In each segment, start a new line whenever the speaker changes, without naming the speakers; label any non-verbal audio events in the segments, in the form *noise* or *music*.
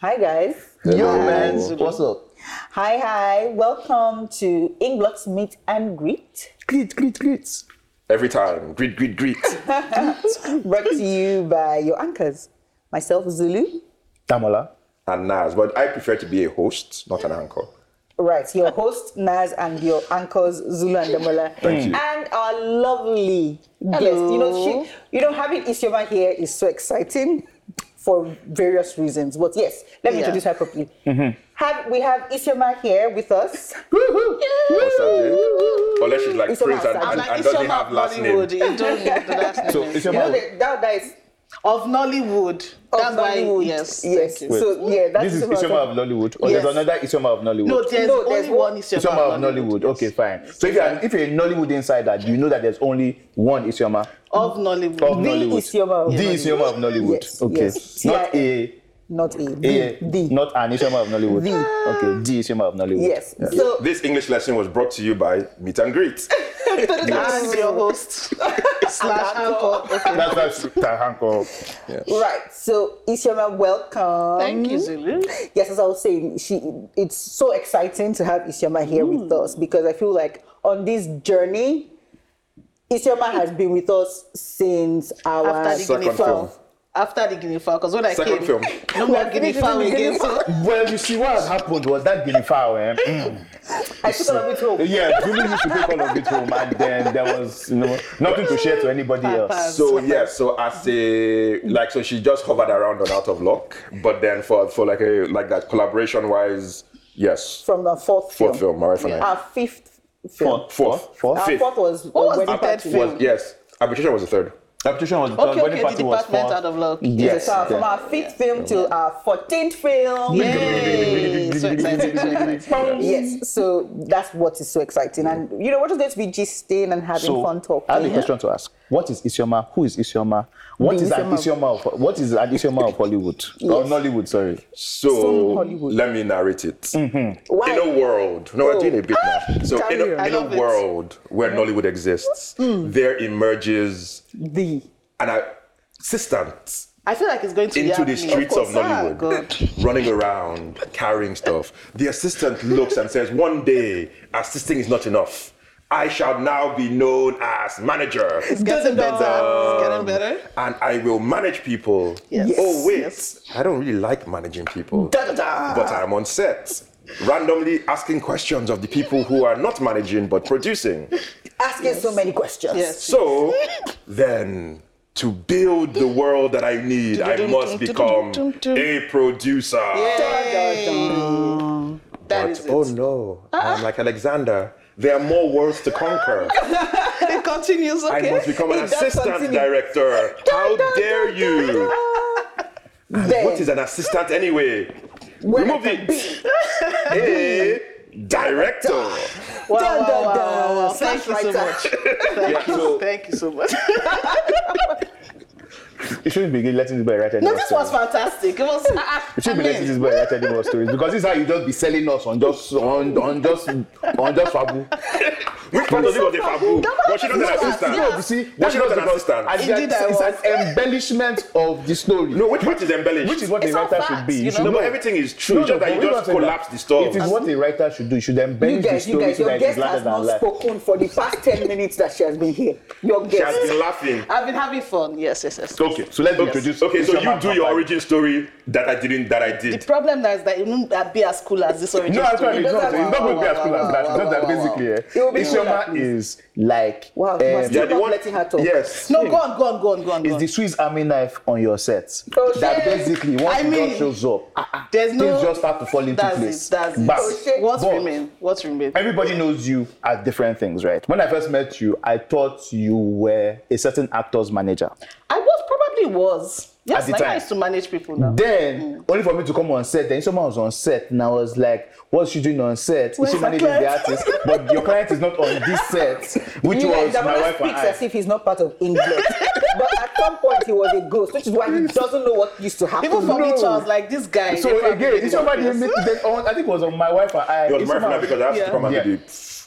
Hi, guys.
Hello.
Yo, man. What's up?
Hi, hi. Welcome to Inblocks Meet and Greet,
Greet, greet, greet.
Every time. Greet, greet, greet.
brought to you by your anchors, myself, Zulu.
Damola.
and Nas. But I prefer to be a host, not an anchor.
Right, your host, Naz, and your anchors, Zulu and Damola.
Thank you.
And our lovely guest. You know, she, you know, having Isioma here is so exciting for various reasons. But yes, let me
Yeah.
introduce her properly. Have, we have Isioma here with us.
What's up, Jay? Unless she's like
It's about sound.
Prince and, and,
like,
and
it's
doesn't
your
have
mouth,
last name.
Nollywood. You don't need the last name.
*laughs* So it's
You
your
know,
mouth.
that, that, that is
of Nollywood.
of
That's why,
Nollywood.
yes. thank
yes.
you.
So, yeah, that's
This is
Isioma.
Isioma of Nollywood. Or
Yes.
there's another Isioma of Nollywood.
No, there's
No, there's
only
one-
one. Is your
Isioma of Nollywood. Okay, fine. So if you're, an- if you're a Nollywood insider, you know that there's only one Isioma
Of
of
Nollywood.
Nollywood.
Isioma of
the
Nollywood.
Isioma of Nollywood.
Yes,
okay.
yes.
Not
Yeah.
a,
Not A, the.
a
the.
not an Isioma of Nollywood.
The.
Okay, the Isioma of Nollywood.
yes. So,
This English lesson was brought to you by Meet and Greet.
And your *laughs* host slash anchor. Okay.
That's that's Tahanko.
right. So, Isioma, welcome.
Thank you, Zulu.
Yes, as I was saying, she it's so exciting to have Isioma here with
Mm.
us because I feel like on this journey, Isioma has been with us since our
After the
Second film.
Guinea fowl. After the Guinea fowl, because when I
Second
came,
film.
no more Guinea *laughs* fowl again. So
*laughs*
Well, you see, what has happened was that Guinea fowl, eh?
I took all of it home.
Yeah, Julie used to take all of it home, and then there was you know, nothing to share to anybody else.
Papas.
So yeah, so as a like, so she just hovered around on Out of Luck, but then for for like a like that collaboration wise, yes,
From the fourth,
fourth film, my wife and I.
Our fifth film.
Fourth,
Fourth.
Our
fifth.
fourth was
What was
the
the
wedding
third
party.
film?
was yes, arbitration was the third.
Application was
okay,
body
okay, the
party was
department
four.
out of luck.
Yes.
So our- from
yeah.
our fifth film till our fourteenth film.
Yay!
*laughs*
so excited. So excited.
Yes, so that's what is so exciting, and you know what is going to be gisting and having
So
fun talking.
I have a question to ask. What is Isioma? Who is Isioma? What
The
is an Isioma of what is an Isioma of
*laughs*
Hollywood or Nollywood? Sorry.
So
Hollywood.
let me narrate
Mm.
it.
Why?
In a world, no, I'm doing a bit now. So in
Carry on.
a,
Oh. Ah, I
in a
love it. Hmm.
world where Nollywood exists, there emerges
The
an assistant
I feel like it's going to be
into the
happening.
streets of,
course. Ah, God.
Nollywood, running around, carrying stuff. The assistant looks and says, One day, assisting is not enough. I shall now be known as manager.
It's getting better. It's getting better.
And I will manage people.
Yes.
Oh, wait.
Yes.
I don't really like managing people. But I'm on set, randomly asking questions of the people who are not managing but producing.
asking so many questions.
Yes.
So then, to build the world that I need, I must become a producer.
That
But,
is it.
oh no,
Uh-uh.
I'm like Alexander. There are more worlds to
*laughs*
conquer.
It continues.
I
Okay.
must become an
It does
assistant
continue.
director. How dare you?
Then,
*laughs* What is an assistant anyway?
when
Remove
I can be-
it. A director.
Wow,
Dun,
wow,
dun,
wow,
dun.
wow, wow.
Slash
Thank you
writer.
so much.
Yeah, so
Thank you so much.
You shouldn't be letting this boy write any
*laughs* no,
more
this was
stories.
fantastic.
*laughs*
It was.
You
I
shouldn't be letting
mean,
this boy write any more stories because this is how you just be selling us on just on, on just on just
*laughs*
fabu.
which part of it was a fabu? Was she not an
No, you
assistant?
see,
Was she not
that's
an
because- and
assistant?
Indeed, I
that- It's an embellishment of the story.
No, which part is
which
embellished?
is what
It's
a
all
writer
facts,
should be.
you
You
know?
should
No,
know.
but everything is true. It's just that you
but
just
we're not saying
collapse
that.
the story.
It is what a writer should do. You should embellish
you guys,
the
you
story
guys,
so
your
that it
guest
is larger
has
than
not
life.
spoken for the past ten minutes that she has been here. Your
She has
guest.
been laughing.
I've been having fun. Yes, yes, yes.
Okay, so let's
Okay,
introduce.
okay, so
Isioma
you do your
Mbappe.
origin story that I didn't, that I
The
did.
problem now is that it won't be as cool as this original
No,
story.
actually, it's not.
doesn't-
It's not going to be as cool as that. It's just that
Wow, wow, wow,
basically, eh,
It will be cool
Isioma
at least.
is like
Wow, you must
um,
do
Yeah, the
not
one-
letting her talk.
Yes.
No, go on, go on, go on, go on. Go
is
on.
the Swiss Army knife on your set.
Oh,
that
shit.
basically once
I
it
mean,
just shows up, ah, ah,
there's
things
no-
just start to fall into
That's
place.
it. That's it.
Bam.
Oh, shit.
What
But-
remain? What remain?
Everybody knows you as different things, right? When I first met you, I thought you were a certain actor's manager.
I was probably was. Yes,
the
like I
time.
used to manage people now.
Then, only for me to come on set, then someone was on set, and I was like, What's she doing on set? Is
Where's
she
my
managing the
client?"
artist? But your client is not on this set, which
You
was
guys,
my
Damola
wife and
speaks
I.
as if he's not part of England. *laughs* but at some point, he was a ghost, which is why he doesn't know what used to happen.
Even for me,
No.
too, I was like, this guy.
So
they probably
again,
did
it's
not
somebody
this.
then on, I think it was on my wife and I.
It was
Isioma-
Murphy because I asked to
Yeah.
come and
Yeah.
do the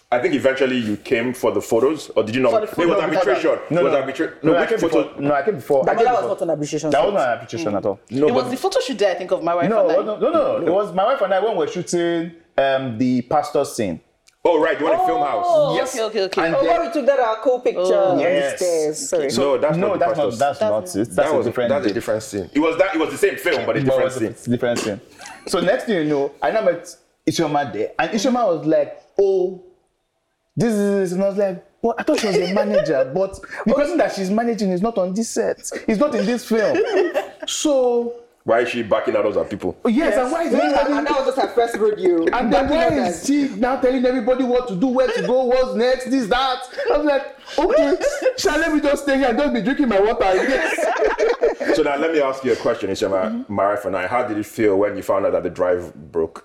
I think eventually you came for the photos, or did you not?
For the
No, it was
photos.
arbitration.
No,
it was
no.
arbitration.
No,
No,
I
which
came
photo? Mm.
before. No, I came before. I
That,
came
that was
before.
not an arbitration.
That was
site.
not an application at all.
No, Mm.
it was
but-
the photo shoot that I think of my wife.
No,
and I.
no, no, no, It was my wife and I when we were shooting um, the pastor scene.
Oh, right, the one in film
Oh,
house.
Yes.
okay, okay, okay.
And
Oh,
then-
where we took that our cool picture on the
Yes.
stairs. Oh. Sorry.
no, that's
no,
not the
that's
pastor's.
not. That's,
That's
not
not-
it. That's
That
a
was
different.
That's a
day.
different scene. It was that. It was the same
*laughs*
film, but a
But it
different
was a
scene.
different scene. So next thing you know, I now met Ishoma there, and Ishoma was like, "Oh, this is," and I was like. Well, I thought she was a *laughs* manager, but the person that she's managing is not on this set. It's not in this film. So
Why is she backing out those
*laughs*
people?
yes, and why is
And, and
everybody?
that was just her first rodeo.
*laughs*
And then why is she now telling everybody what to do, where to go, what's next, this, that? I'm like, okay, shall let me just stay here and just be drinking my *laughs* water. Yes.
so now let me ask you a question, Ishama, my wife and I. How did it feel when you found out that the drive broke?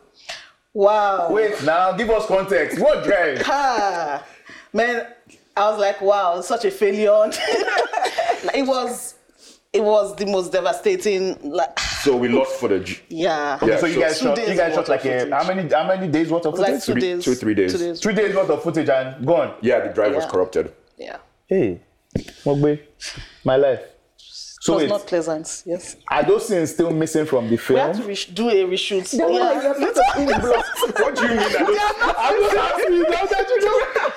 Wow.
Wait, now give us context. What drive?
Ah, man, I was like, wow, such a failure. *laughs* it was, it was the most devastating. Like,
So we lost footage.
yeah.
Yeah,
so you guys
two
shot,
days
you guys
worth
shot like
of
a,
footage.
how many how many days worth of
It was
footage?
like two
Three-
days.
two, three days.
Two days.
Three days worth of footage and gone.
Yeah, the drive was
Yeah.
corrupted.
Yeah.
Hey, Mogbe, my life. So
it
wait,
was not pleasant. Yes.
are those scenes still missing from the
We had
film?
to re- do a reshoot.
They were like,
yeah.
"You're not a film block."
what do you mean? That those-
I'm just asking you now that you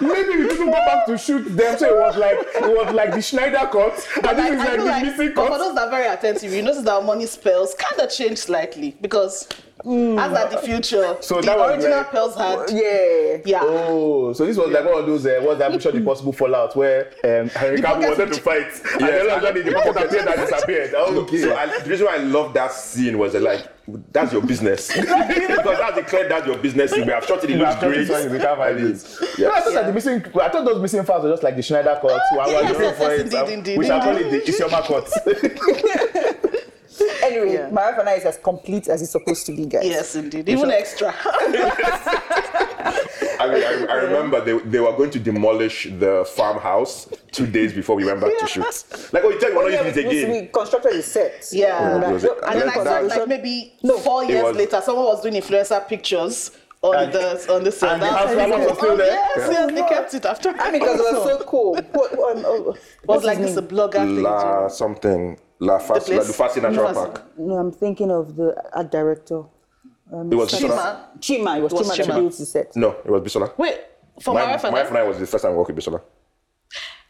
know. Maybe we couldn't go back to shoot them, so it was like it was like the Schneider cut, and
Like,
this is
I
like the
feel like-
missing
but for
cut.
those that are very attentive, you notice that our money spells kind of changed slightly because as at the future,
So
the
that was
original
like-
spells had
Yeah.
yeah.
Oh, so this was like one of those uh, what's that picture the possible fallout where um, Henry Cavill
pocket
wanted to
switch.
fight, and then all of a sudden the pocket appeared and disappeared.
*laughs*
Okay.
So I, the reason why I love that scene was that, like, that's your business. *laughs* because that's declared that's your business. We have shot it in
You
those
have done this
grades.
one,
*laughs*
you can't find it.
Yeah.
No, I thought that the missing, I thought those missing files were just like the Schneider cuts. while we're
yes,
looking
yes,
for
yes,
it.
indeed, indeed,
We shall call it
indeed.
the Isioma cuts.
Anyway, my wife and I is as complete as it's supposed to be, guys.
Yes, indeed. Even extra. *laughs*
I, mean, I, I remember they, they were going to demolish the farmhouse two days before we went back to shoot. Like, oh, you tell me, we're
Yeah,
not using it
we-
again.
We constructed a set.
Yeah.
Yeah, it was a-
And then I
Oh, That-
saw
that-
like maybe
No.
four years
was-
later, someone was doing influencer pictures on
And-
the on the set.
and the
That's
house
how it
flowers
was.
were still
Oh,
there?
Yes, yes, they kept it after.
And because it
*laughs*
was so cool. What, what, um, oh,
was
what's
like
his
this a
name?
blogger thing.
La something. La Fas- La
place?
Lufasi Natural
Lufasi.
Park.
No, I'm thinking of the art director. Um,
It was Bisola.
Chima.
Chima. It was,
It was
Chima, that
Chima.
built the set.
No, it was Bisola.
Wait, for
My,
my,
my
wife and I-
and I was the first time we worked with Bisola.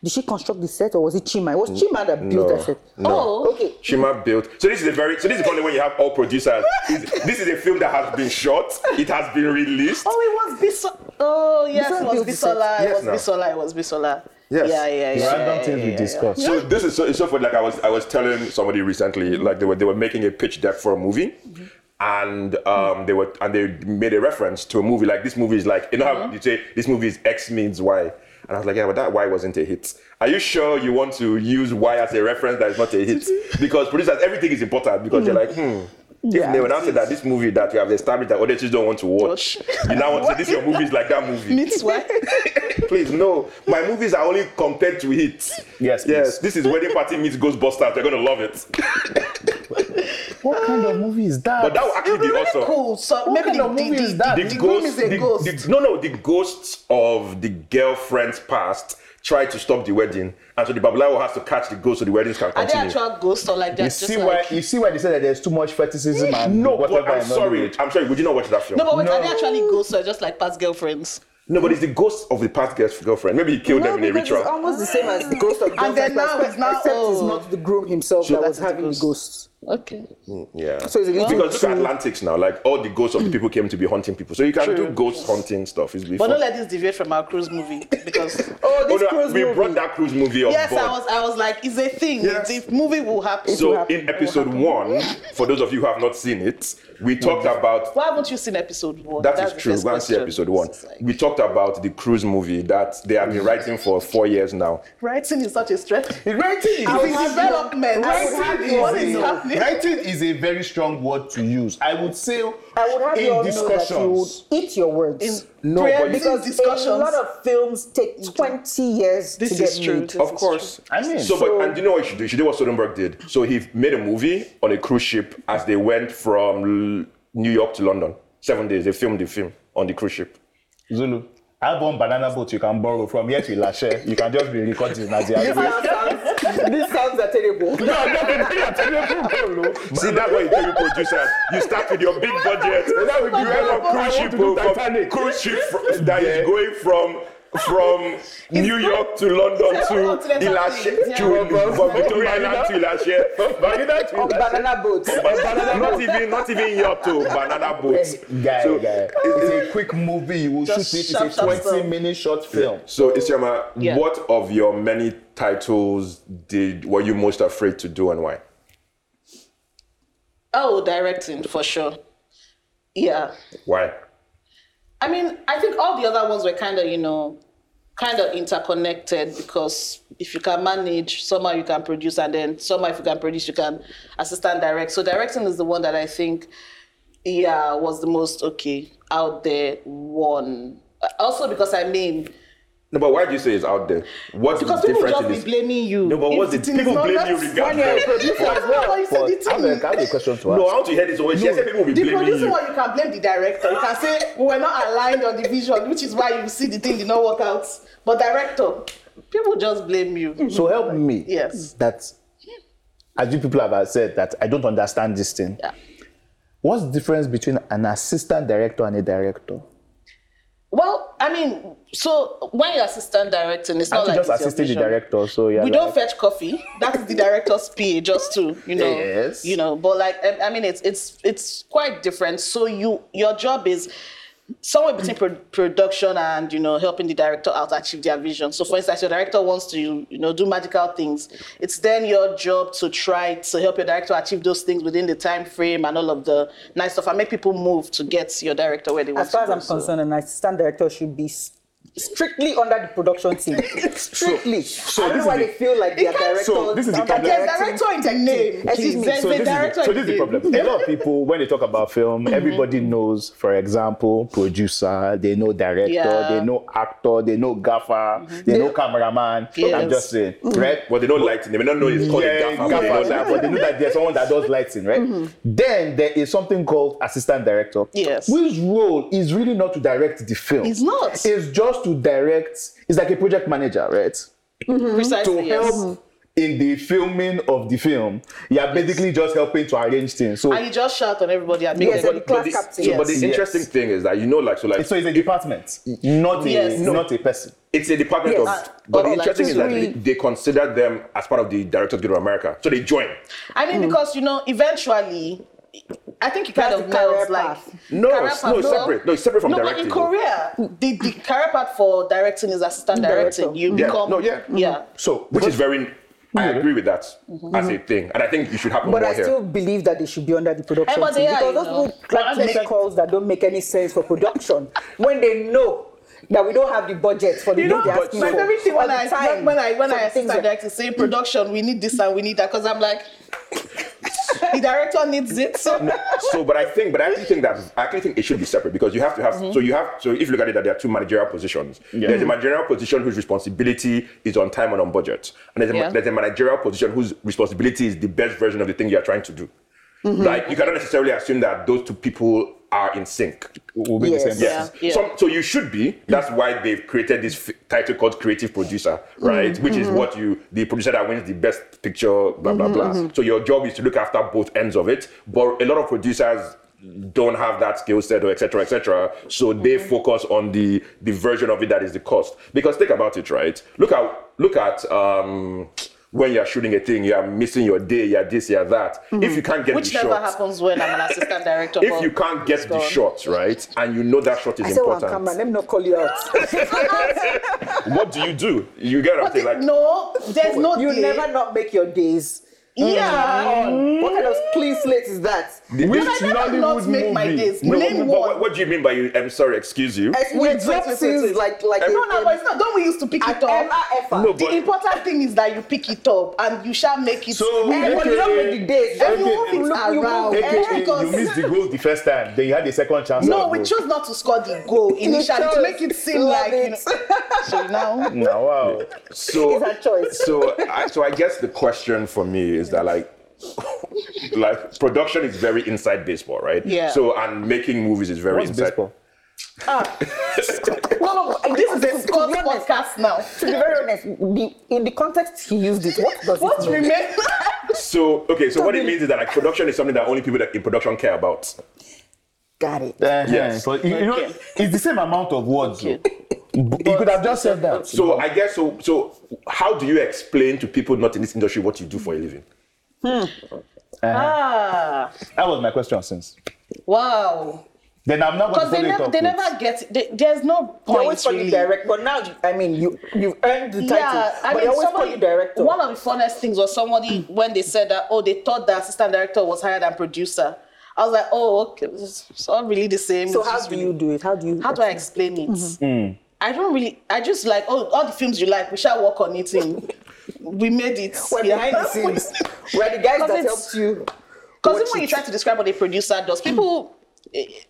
Did she construct the set or was it Chima? It was Chima that built
no,
that set.
Oh.
Okay.
Shima built. So this is a very. So this is probably when you have all producers. This, this is a film that has been shot. It has been released.
Oh, it was Bisola. Oh, yes,
Bisola
it
built the
was
set.
Bisola.
Yes,
It
now.
was Bisola. It was Bisola.
Yes.
Yeah, yeah, yeah. yeah,
Random
yeah,
things we
yeah,
discussed.
*laughs* So this is so it's so funny. Like I was I was telling somebody recently, like they were they were making a pitch deck for a movie. And um, they were and they made a reference to a movie like this movie is like you know how you say this movie is X means Y, and I was like yeah but that Y wasn't a hit. Are you sure you want to use Y as a reference that is not a hit? Because producers everything is important because they're like hmm. If they were not say that this movie that you have established that audiences don't want to watch, you now want to say this your movie is like that movie.
yeah.
*laughs*
Meets wife.
Please, no. My movies are only compared to it.
Yes,
Yes,
please.
this is Wedding Party meets Ghostbusters. They're going to love it.
what kind of movie is that?
But that would
It'd
actually
be
be
really
awesome.
cool. So
what
maybe
kind
the,
of movie
the,
is that?
Ah, The, the groom is a
the-
ghost.
the- no, no, the ghosts of the girlfriend's past try to stop the wedding. And so the Babalawo has to catch the ghost so the weddings can
Are they
continue.
actual ghosts or like they're
you
just
see
like?
why you see why they say that there's too much fetishism and
no,
whatever.
but I'm
in
sorry.
Hollywood.
I'm sorry. Would you not watch that film?
No, but wait, are they actually ghosts or just like past girlfriends?
No, but it's the ghost of the past girl's girlfriend. Maybe he killed them in a
because
ritual.
It's almost the same as the ghost of
And
John's
then now
husband,
it's now,
except it's
oh.
not the groom himself that was
that's the
having the
ghost.
ghosts.
Okay.
yeah.
So it's a little
because look
too-
at Atlantics now. Like all the ghosts of the people came to be hunting people. So you can do ghost hunting stuff. It's
But
before.
don't let this deviate from our cruise movie
*laughs*
because
Oh, this
no,
cruise
we
movie.
brought that cruise movie on
yes,
board.
I was I was like, it's a thing.
Yes.
The movie will happen.
so
happen.
in episode one, for those of you who have not seen it, we talked about
why haven't you seen episode one?
that
That's
is
the
true.
first
Go and see
question.
episode one.
It's like- Mm.
We talked about the cruise movie that they have been writing for four years now.
writing is such a stretch.
Writing is,
I would
is-
have development. I would have
Writing,
you- what is
is a,
happening?
writing is a very strong word to use. I would say
I would have you
in
all know that you would
discussions.
eat your words.
In No, prayer but-
because
discussions.
a lot of films take 20 years
This
to get
is true.
made.
This
Of
is
course.
I mean-
so,
So-
but and you know what you should do? You should do what Soderbergh did. So he made a movie on a cruise ship as they went from L- New York to London. Seven days. They filmed the film on the cruise ship.
Zulu. I have one banana boat you can borrow from here to Lashe. You can just be recording as you
This
are.
now sounds, *laughs* this sounds are terrible.
See, that's why you tell you producers, you start with your big budget. You
That would be
have a
terrible.
cruise
I
ship,
want to do
from-
Titanic.
cruise ship fr- that
Yeah.
is going from from New York to London
Several
to
continents
Ilashe,
happening.
to
Yeah.
from Victoria Island to Ilashe.
On banana boat.
Banana, not even not even yacht to banana boats.
Guy,
so,
guy. It's a quick movie. You will
Just
shoot it.
shut
It's a
yourself.
20 minute short film.
So Isioma,
Yeah.
what of your many titles did were you most afraid to do and why?
Oh, directing for sure. Yeah.
Why?
I mean, I think all the other ones were kind of, you know, kind of interconnected because if you can manage, somehow you can produce, and then somehow if you can produce, you can assistant direct. So directing is the one that I think, yeah, was the most okay out there one. Also because I mean,
No, but why do you say it's out there? What's
because
the
people
difference
just
in
be
this?
blaming you.
No, but
If
what's
the
the
thing is
people
not-
blame you
that's- *laughs*
When you're a
regardless?
producer as
Why
well.
you say
But
the
I have
thing?
a- I have a question to ask.
No, I want to hear this always. Yes, people will be
The
blaming
producer
you.
one, you can blame the director. You can say we were not aligned on the vision, which is why you see the thing did not work out. But director, people just blame you.
So help me.
Yes.
That, as you people have uh, said, that I don't understand this thing.
Yeah.
What's the difference between an assistant director and a director?
Well, I mean, so when you're assistant directing, it's
I'm
not like
just
it's your
assisting the
vision.
director, so yeah.
We
like,
don't fetch coffee. That's the director's pay, just to you know,
Yes.
you know. But like, I, I mean, it's it's it's quite different. So you your job is somewhere between pro- production and you know helping the director out achieve their vision. So for instance, your director wants to you know do magical things. It's then your job to try to help your director achieve those things within the time frame and all of the nice stuff and make people move to get your director where they want
As far as
to
I'm
go. So-
concerned, an assistant director should be s- strictly under the production team. *laughs* strictly. I don't
this
know why
is
they
the-
feel like they are
It can't-
directors.
so
this is the
under
problem.
There's
directing
director in the
team.
name.
Excuse me.
There's
So
the
this, is the,
director
so this is the
in-
problem. A lot of people, when they talk about film,
Mm-hmm.
everybody knows, for example, producer, they know director,
Yeah. Mm-hmm.
they know actor, they know gaffer, they know cameraman. I'm
Yes. Mm.
just saying, right?
But they don't lighting. They may not know it's called
Yeah,
a gaffer. but they
gaffer,
know that.
but they know that there's someone that does lighting, right?
Mm-hmm.
Then there is something called assistant director.
Yes.
Whose role is really not to direct the film.
It's not.
It's just to direct, it's like a project manager, right?
Precisely,
To
yes.
help in the filming of the film. You're basically just helping to arrange things. So,
And you just shout on everybody and make
Yes,
them.
and class
the,
captain.
so, but the
Yes.
interesting thing is that you know, like, so, like,
so it's a department, not,
Yes.
a, not a person.
it's a department
Yes.
of. But
Or
the
like
interesting is that
three-
they, they consider them as part of the Directors Guild of America, so they join.
I mean, because you know, eventually, I think it kind
That's
of
the career
melds like
path.
No,
career
it's-
path,
no, it's separate. No, it's separate from
no,
directing,
But in
though.
Korea, the, the career path for directing is assistant directing.
Director.
You
Yeah.
become
No, yeah.
yeah. Mm-hmm.
So,
which is very. I agree with that as a thing, and I think you should happen
But
more
I
here.
still believe that they should be under the production
but they
team
are,
because
you
those
know.
people like to
they
make
should-
calls that don't make any sense for production when they know that we don't have the budget for the
You know,
thing they're asking
my
for.
favorite thing when
All the
I
time,
when I when
some
I assist
things
a
are-
director say production, we need this and we need that because I'm like, *laughs* the director needs it. So
so, but I think, but I actually think that I actually think it should be separate because you have to have. So you have. So if you look at it, that there are two managerial positions. There's a managerial position whose responsibility is on time and on budget, and there's a, ma-
Yeah.
there's a managerial position whose responsibility is the best version of the thing you are trying to do. Like you cannot necessarily assume that those two people are in sync.
Will be
Yes.
the same
Yes.
Yeah, yeah.
Some, so you should be. That's why they've created this f- title called creative producer,
Mm.
right? Which is
Mm-hmm.
what you, the producer that wins the best picture, blah blah blah.
mm-hmm.
So your job is to look after both ends of it. But a lot of producers don't have that skill set or etc etc so they
Mm-hmm.
focus on the the version of it that is the cost because think about it right look at look at um when you're shooting a thing you're missing your day you're this you're that if you can't get
Mm-hmm. which
the
never
shot
happens when I'm an assistant director.
if
but
you can't get
it's
the
gone.
shot right and you know that shot is
I said, well,
important
come on, let me not call you
*laughs*
out.
what do you do? You get what I'm
But
saying? Like,
no, there's no
you
day.
never not make your days. Mm.
yeah.
What kind of clean slate is that?
Which
I never not make my days.
no,
Name
but what,
one.
what do you mean by you? I'm sorry, excuse you.
As we
Wait,
drop
wait, wait,
scenes
wait.
like like
No,
a-
No, no, but it's not. Don't we used to pick
an
it up?
MRFR.
No, but-
The important thing is that you pick it up and you shall make it.
So,
And
Everybody-
when you don't make the days,
Okay,
you move,
okay.
you look, you move,
Around.
eh,
Okay,
because-
you missed the goal the first time, then you had a second chance.
no,
at
we
goal.
chose not to score the goal initially to
chose.
make it seem
Love
like you know.
it.
*laughs* So now, *laughs*
Now, wow.
So,
It's her choice.
so, I, so I guess the question for me is that like, *laughs* like production is very inside baseball, right?
Yeah.
So and making movies is very
What's
inside.
baseball?
No, no, no, this is
This is Scott's
honest,
podcast now.
To be very honest, the, in the context he used it, what does
What
it mean?
remains? *laughs*
So okay, so what it means is that like production is something that only people that in production care about.
Got it.
Uh,
Yes.
But you, you know,
Okay.
it's the same amount of words. though. But you could have just said that.
So I guess so. So how do you explain to people not in this industry what you do for a living?
Ah,
that was my question since.
wow.
Then I'm not going to
Because they,
follow it
never,
up.
they
with-
never get. They, there's no
You
point
always call
really.
you direct, but now you, I mean you you've earned the title,
Yeah,
but
I mean,
you always
somebody,
call you director.
one of the funnest things was somebody when they said that, oh, they thought that assistant director was higher than producer. I was like, oh, okay, it's all really the same.
so
It's
how
just
do
really-
you do it? How do you?
how do I explain it?
Mm-hmm.
Hmm.
I don't really. I just like, oh, all the films you like, we shall work on it. In. we made it.
We're behind the
*laughs*
scenes. We're the guys
Because
that
it's-
helped you.
Because
watch
even when you
it.
try to describe what a producer does, people, eh, eh,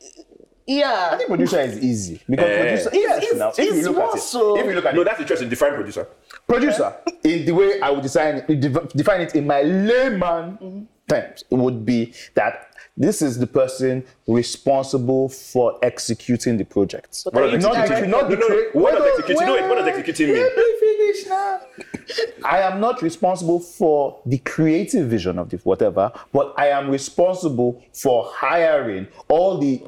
I
yeah,
think producer is easy because
Eh.
producer.
It's-
yes,
it's-
now, if you
it's
look at
more
it,
so-
if you look at
No,
it,
that's interesting. Define producer.
producer *laughs* in the way I would design dev- define it in my layman terms it would be that this is the person responsible for executing the project.
But What
does
not
executing-
the, not the
no, no,
crea-
what does
Wait,
executing- no, wait, what does
wait,
executing mean?
Let me finish now. I am not responsible for the creative vision of the whatever, but I am responsible for hiring all the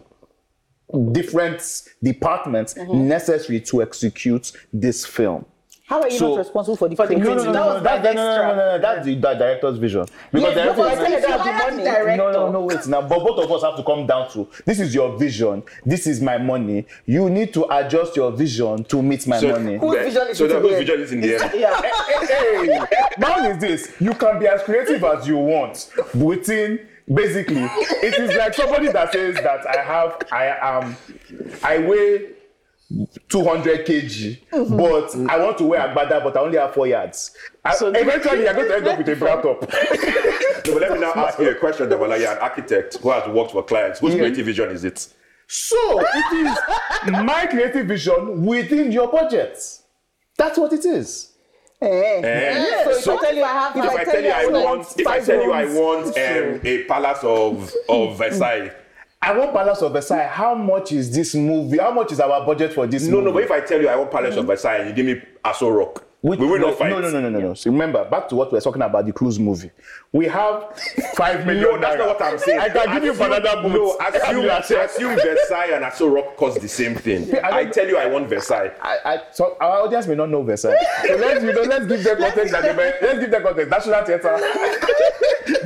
different departments necessary to execute this film.
How are you
So-
not responsible for the
the
creative?
No, no, no,
That
no,
was
that,
my
no, no, no, no,
extra.
no, that's the that director's vision. Because
Yeah,
director
but I
is-
said that
If you
the
hire the
money-
director,
no, no, no, wait now. But both of us have to come down to this is your vision, this is my money. You need to adjust your vision to meet my
So,
money.
Whose vision is
so
it
that
in
whose
the
vision is in the end?
yeah.
hey, mine is this you can be as creative as you want within basically it is like somebody that says that i have i am i weigh 200 kg but i want to wear agbada but i only have four yards I,
So-
eventually you're going to end up with a bra top
No, but let me now ask you a question. That like, you're an architect who has worked for clients.
Mm-hmm.
Whose creative vision is it?
so it is my creative vision within your budget that's what it is
Eh.
Eh,
So, if I tell you I have,
if I tell you I
have, like,
want, if I
five
tell you I
rooms,
want um, a palace of
Mm-hmm.
of Versailles.
I want Palace of Versailles. How much is this movie? How much is our budget for this
No,
movie?
no. But if I tell you I want palace of Versailles, and you give me Aso Rock.
Which-
we will not fight.
Mm-hmm. No, no, no, no, no. no. So remember, back to what we were talking about the cruise movie. We have five million.
No, that's
naira.
not what I'm saying.
I can give you
Assume-
banana boat.
No,
I *laughs* can give
assume,
you a check.
assume Versailles and Aso Rock cost the same thing.
I don't-
I tell you I want Versailles.
I, I, so our audience may not know Versailles. So let's, you know, let's give them context. that they may, let's give them context. National Theatre. *laughs*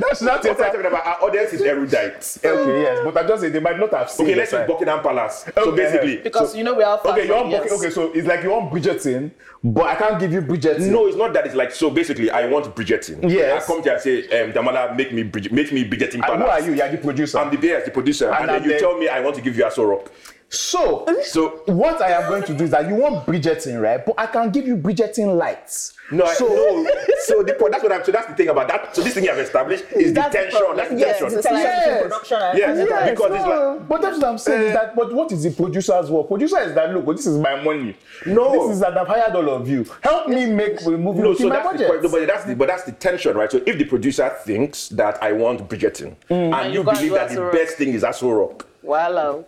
National
What am I
Theatre.
talking about? Our audience is erudite.
Okay, yes, but I just say they might not have seen.
Okay, let's use
Versailles.
Buckingham Palace. So
Okay.
basically,
because
so-
you know we are far
Okay, you
from-
want Bucky,
yes.
okay, so it's like you want Bridgerton, but I can't give you Bridgerton.
no, it's not that. It's like so. Basically, I want Bridgerton.
Yes.
I come to you and say, um, Damala, make me Bridget, make me Bridgerton
And who
Palace.
are you? You're the producer.
I'm the BS, the producer, and,
And
then
I'm
you
the-
tell me I want to give you a rock.
So,
So-
what I am going to do is that you want Bridgerton, right? But I can give you Bridgerton lights.
No, I-
so,
no. *laughs* So the, point- that's what I'm. So that's the thing about that. So this thing you have established is the
That's the
tension.
problem.
that's the
Yes,
tension.
it's like
Yes.
production and
Yes.
and
Yes,
because it's Eh.
no, but that's what I'm saying. is that but what is the producer's work? Producer is that look, this is my money.
No.
this is that I've hired all of you. Help me make a movie
No,
within
so
my
that's the,
budget.
point. No, but that's the but that's the tension, right? So if the producer thinks that I want Bridgerton,
Mm.
and
And
you,
you go and
believe
do
that the
Aso Rock.
best thing is Aso
*laughs*
Rock,
Wow.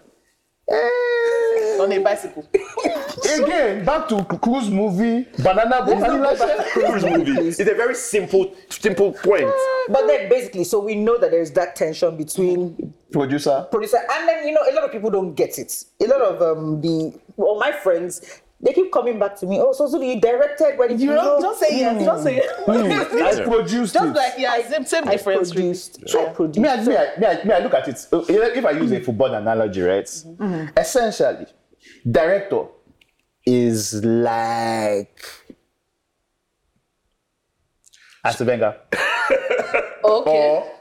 Eh. On a bicycle.
Again, back to cruise movie, banana boat. and like that.
Cruise movie. It's a very simple simple point.
But then basically, so we know that there is that tension between
Producer.
producer and then you know a lot of people don't get it. A lot of um the well, my friends they keep coming back to me. Oh, so, so you directed when
You know, just say yes.
Mm.
Just say
Hmm.
yes.
Mm, I produced
*laughs* Just
it.
like yeah, same, same
I
difference. really.
produced. I produced.
me, I, me, I, me, I, me, I look at it. uh, If I use a football analogy, right?
Mm-hmm.
Essentially, director is like Arsene Wenger
Okay.
Oh,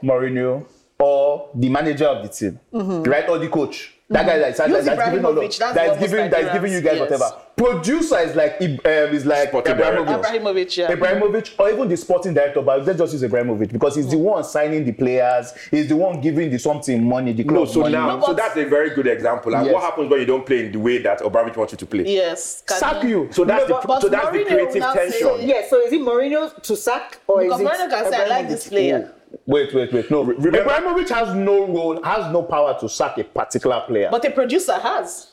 or Mourinho or the manager of the team, right? Or the coach. That guy that is, that,
Mm-hmm. Use
that's giving all
Ibrahimovic,
of,
that's
that is
almost
giving that is
Nigerians,
giving you guys
yes.
whatever. Producer is like Ib- um, is like
Sporting director.
Ibrahimovic.
Ibrahimovic, yeah.
Ibrahimovic or even the sporting director, but let's just use Ibrahimovic because he's the one signing the players, he's the one giving the something money, the
No,
club
so
money.
now, so that's a very good example. And
Yes.
what happens when you don't play in the way that Abramovich wants you to play?
Yes. Can
sack
you-
you.
So that's
No,
the
but
so that's the
Mourinho
creative
now says-
tension.
yeah, so is it Mourinho to sack or
Because
is it?
Mourinho can say, I like this
Abramovich?
player.
Oh, Wait, wait, wait. No,
remember-
Ibrahimovic has no role, has no power to sack a particular player.
But a producer has.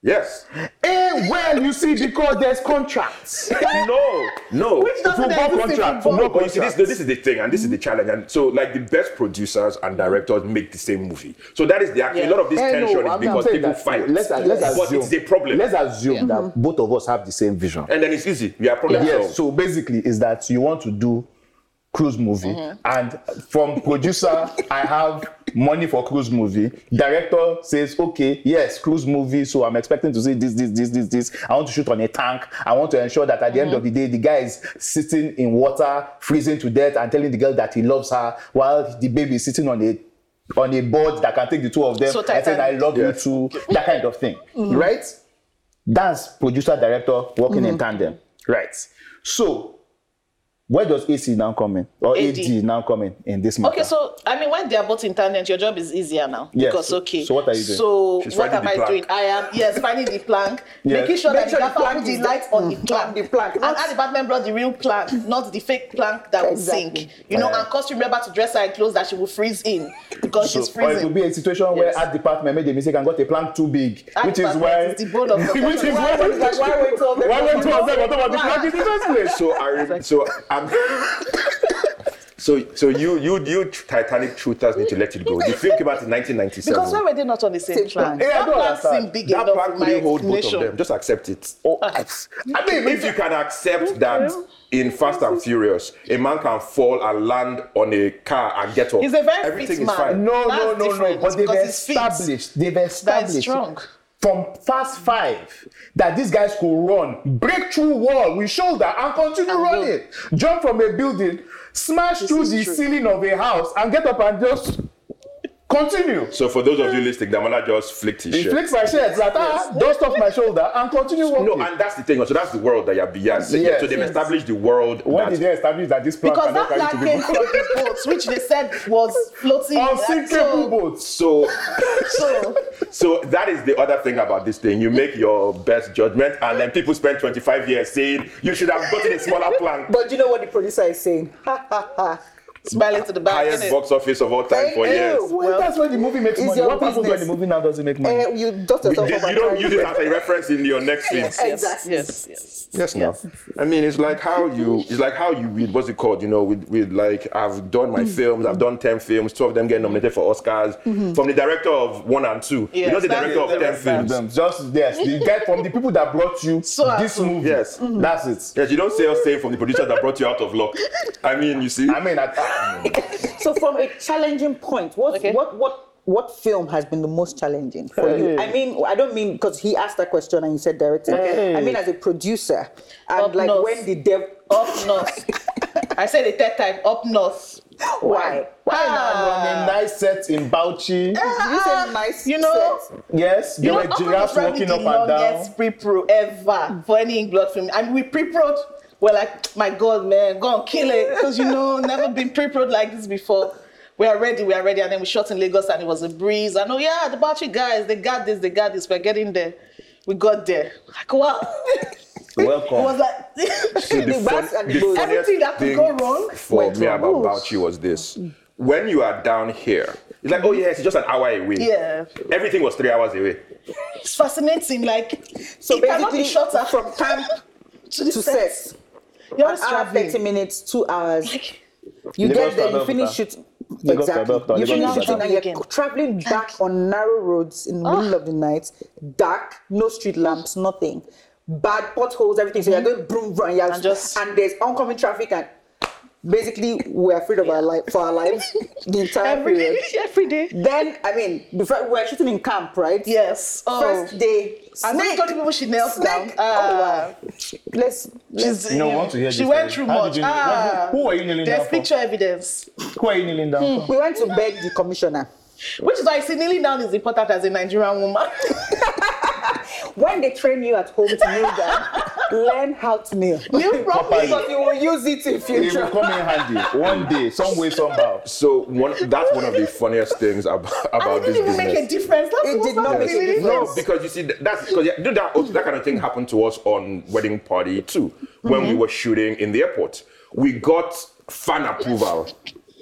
Yes.
Eh, well, you see, because there's
*laughs*
contracts.
no, no.
Which doesn't
football
exist in
contract.
football.
No, but you see, this, this is the thing, and this
Mm-hmm.
is the challenge. And so, like, the best producers and directors make the same movie. So that is the actual,
Yeah.
a lot of this
Eh, no,
tension
I'm-
is
I'm
because
saying
people
that-
fight.
Let's, let's
but
assume,
it's a problem,
Let's assume that both of us have the same vision.
and then it's easy. You are problem
Yes.
solved.
So basically, is that you want to do cruise movie,
Mm-hmm.
and from producer, I have money for cruise movie. Director says, okay, yes, cruise movie. So I'm expecting to see this, this, this, this, this. I want to shoot on a tank. I want to ensure that at the
Mm-hmm.
end of the day, the guy is sitting in water, freezing to death, and telling the girl that he loves her, while the baby is sitting on a on a board that can take the two of them
So
and saying, I
Titanic. Mm-hmm.
love
Yes.
you too, that kind of thing, right? That's producer director working
Mm-hmm.
in tandem, right? So, where does AC now come in, or AD,
AD.
now come in in this matter?
Okay, so I mean, when they are both in tandem, your job is easier now
Yes.
because okay.
So what are you doing?
So
She's
what
finding
am
the
I
plank.
doing? I am yes, finding the plank,
Yes.
making sure
Make
that
sure
the
the
gaffer
plank
put the
is
light on the plank.
the plank,
And
not-
our department brought the real plank, not the fake plank that would
Exactly.
sink. You know,
Yeah.
and cost remember to dress her in clothes that she will freeze in because she's
or it
freezing.
could be a situation where
Yes.
art department made a mistake and got a plank too big,
Art
which is
department
why
is the
*laughs*
board of
which is why
Why- like, why wait till
*laughs* why went to us on top of the plank in the first place.
So I, rem- so I'm. *laughs* So, so you, you, you Titanic truthers need to let it go. The film came out in 1997.
because why were they not on the same
Same
plank?
plank.
Yeah, I
That
don't
plank
understand.
seemed big
that
enough.
plan
for my
couldn't hold both of
explanation. Ah.
them. Just accept it. Oh, I, I mean, if you can accept that in Fast and Furious, a man can fall and land on a car and get up.
He's a very fit
Everything is
man.
fine.
No,
That's
no, no, no.
different
But they've
because it's fit.
established, they've
That is
established
strong.
from fast five that these guys could run, break through wall with shoulder and continue
And
running, jump from a building, smash through
is
the
true.
ceiling of a house, and get up and just continue.
So for those of you listening, Damala just flicked his
He
shirt.
flicks my shirt, like, ah, dust off my shoulder and continue walking.
No, and that's the thing. So that's the world that you're beyond. So, yeah,
Yes.
so they've
Yes.
established the world.
when
that-
did they establish that this plan
Because
cannot
that
carry
plank
two
came
people?
*laughs* from the boats, which they said was
*laughs*
floating.
Unsinkable
So-
boats.
so,
So
so that is the other thing about this thing. You make your best judgment, and then people spend 25 years saying you should have gotten a smaller
*laughs*
plan.
But you know what the producer is saying? *laughs* Ha ha ha.
smiling to the back.
Highest
innit?
box office of all time
Thank
for
you.
years.
Well, that's when the movie makes
it's
money.
your
What happens when the
business.
movie now doesn't make money?
Eh, you dust yourself
You
off and
don't
try
use
to-
it as a reference in your next film.
Yes, yes,
Exactly.
Yes, yes.
Yes, now. I mean, it's like how you, it's like how you, with- what's it called? You know, with, with like, I've done my
Mm-hmm.
films, I've done 10 films, two of them get nominated for Oscars from the director of one and two. you
Yes,
know, the
that-
director of
that
10
makes
films.
Them. Just yes, the guy from the people that brought you
So and
this
so.
movie.
Yes.
Mm-hmm.
that's it.
Yes, you don't say us saying from the producer that brought you out of luck. I mean, you see.
I mean, I, I mean,
So from a challenging point, what
Okay.
what what what film has been the most challenging for
Hey.
you? I mean, I don't mean because he asked that question and you said director.
Hey.
I mean as a producer and
Up
like
north.
when the dev
Up north. I said the third time. Up north.
*laughs* why
Why
*laughs* Ah.
not on a nice set in Bauchi?
did you say nice?
You know,
sets?
Yes, there
You know,
were
Up north
giraffes
was probably
walking
the
up and down.
longest pre-pro ever for any English film. I mean, we pre-proed. We're like, my God, man, go and kill it, because you know, never been pre-proed like this before. We are ready, we are ready, and then we shot in Lagos, and it was a breeze. I know, yeah, the battery guys, they got this, they got this. We're getting there. We got there. Like, wow. it was
Welcome.
like. *laughs*
So
The best and the
funniest
most.
Everything that could
thing
go wrong
for
went
me
wrong.
about
Oof.
Bauchi was this.
Mm.
When you are down here, it's like, oh yes, it's just an hour away.
Yeah.
Everything was three hours away.
it's fascinating. Like,
So
it cannot be
basically,
shorter
from camp
to the
to
*laughs* set.
set,
You're
an
always
hour, thirty
traveling.
minutes, two hours.
Like,
You
Lagos
get
to
there, you
Abeokuta.
finish shooting.
Lagos to
Exactly.
Abeokuta,
You
Lagos
finish
to
shooting and
Abeokuta.
you're
*laughs*
traveling back on narrow roads in the
Ah.
middle of the night, dark, no street lamps, nothing, bad potholes, everything. So you're going broom broom, and, you're,
And just-
and there's oncoming traffic and. Basically, we're afraid of our life for our lives *laughs* the entire
every, *laughs*
period.
every day.
Then, I mean, before we were shooting in camp, right?
Yes. Oh.
First day,
And then
snake.
told people she knelt down.
Snake. Oh,
Ah.
Let's.
She's,
You know, I want to hear
she
this
went
story.
through
How
much.
did you-
ah.
who- who were you kneeling
There's
down for?
picture Hmm. evidence.
Who are you kneeling down for?
We went to beg the commissioner.
Which is why I see kneeling down is important as a Nigerian woman. *laughs*
When they train you at *laughs* home to kneel down, learn how to kneel.
Kneel properly.
Because you will use it in
It
future.
will come in
*laughs*
handy one day, some way, somehow.
So one, that's one of the funniest things about
And
about
it
this
didn't even
business.
make a difference. That's
It
what's
did not
happening,
make a
really.
difference.
No, because you see, th- that's because yeah, that that kind of thing happened to us on Wedding
Mm-hmm.
Party too, when we were shooting in the airport. We got fan approval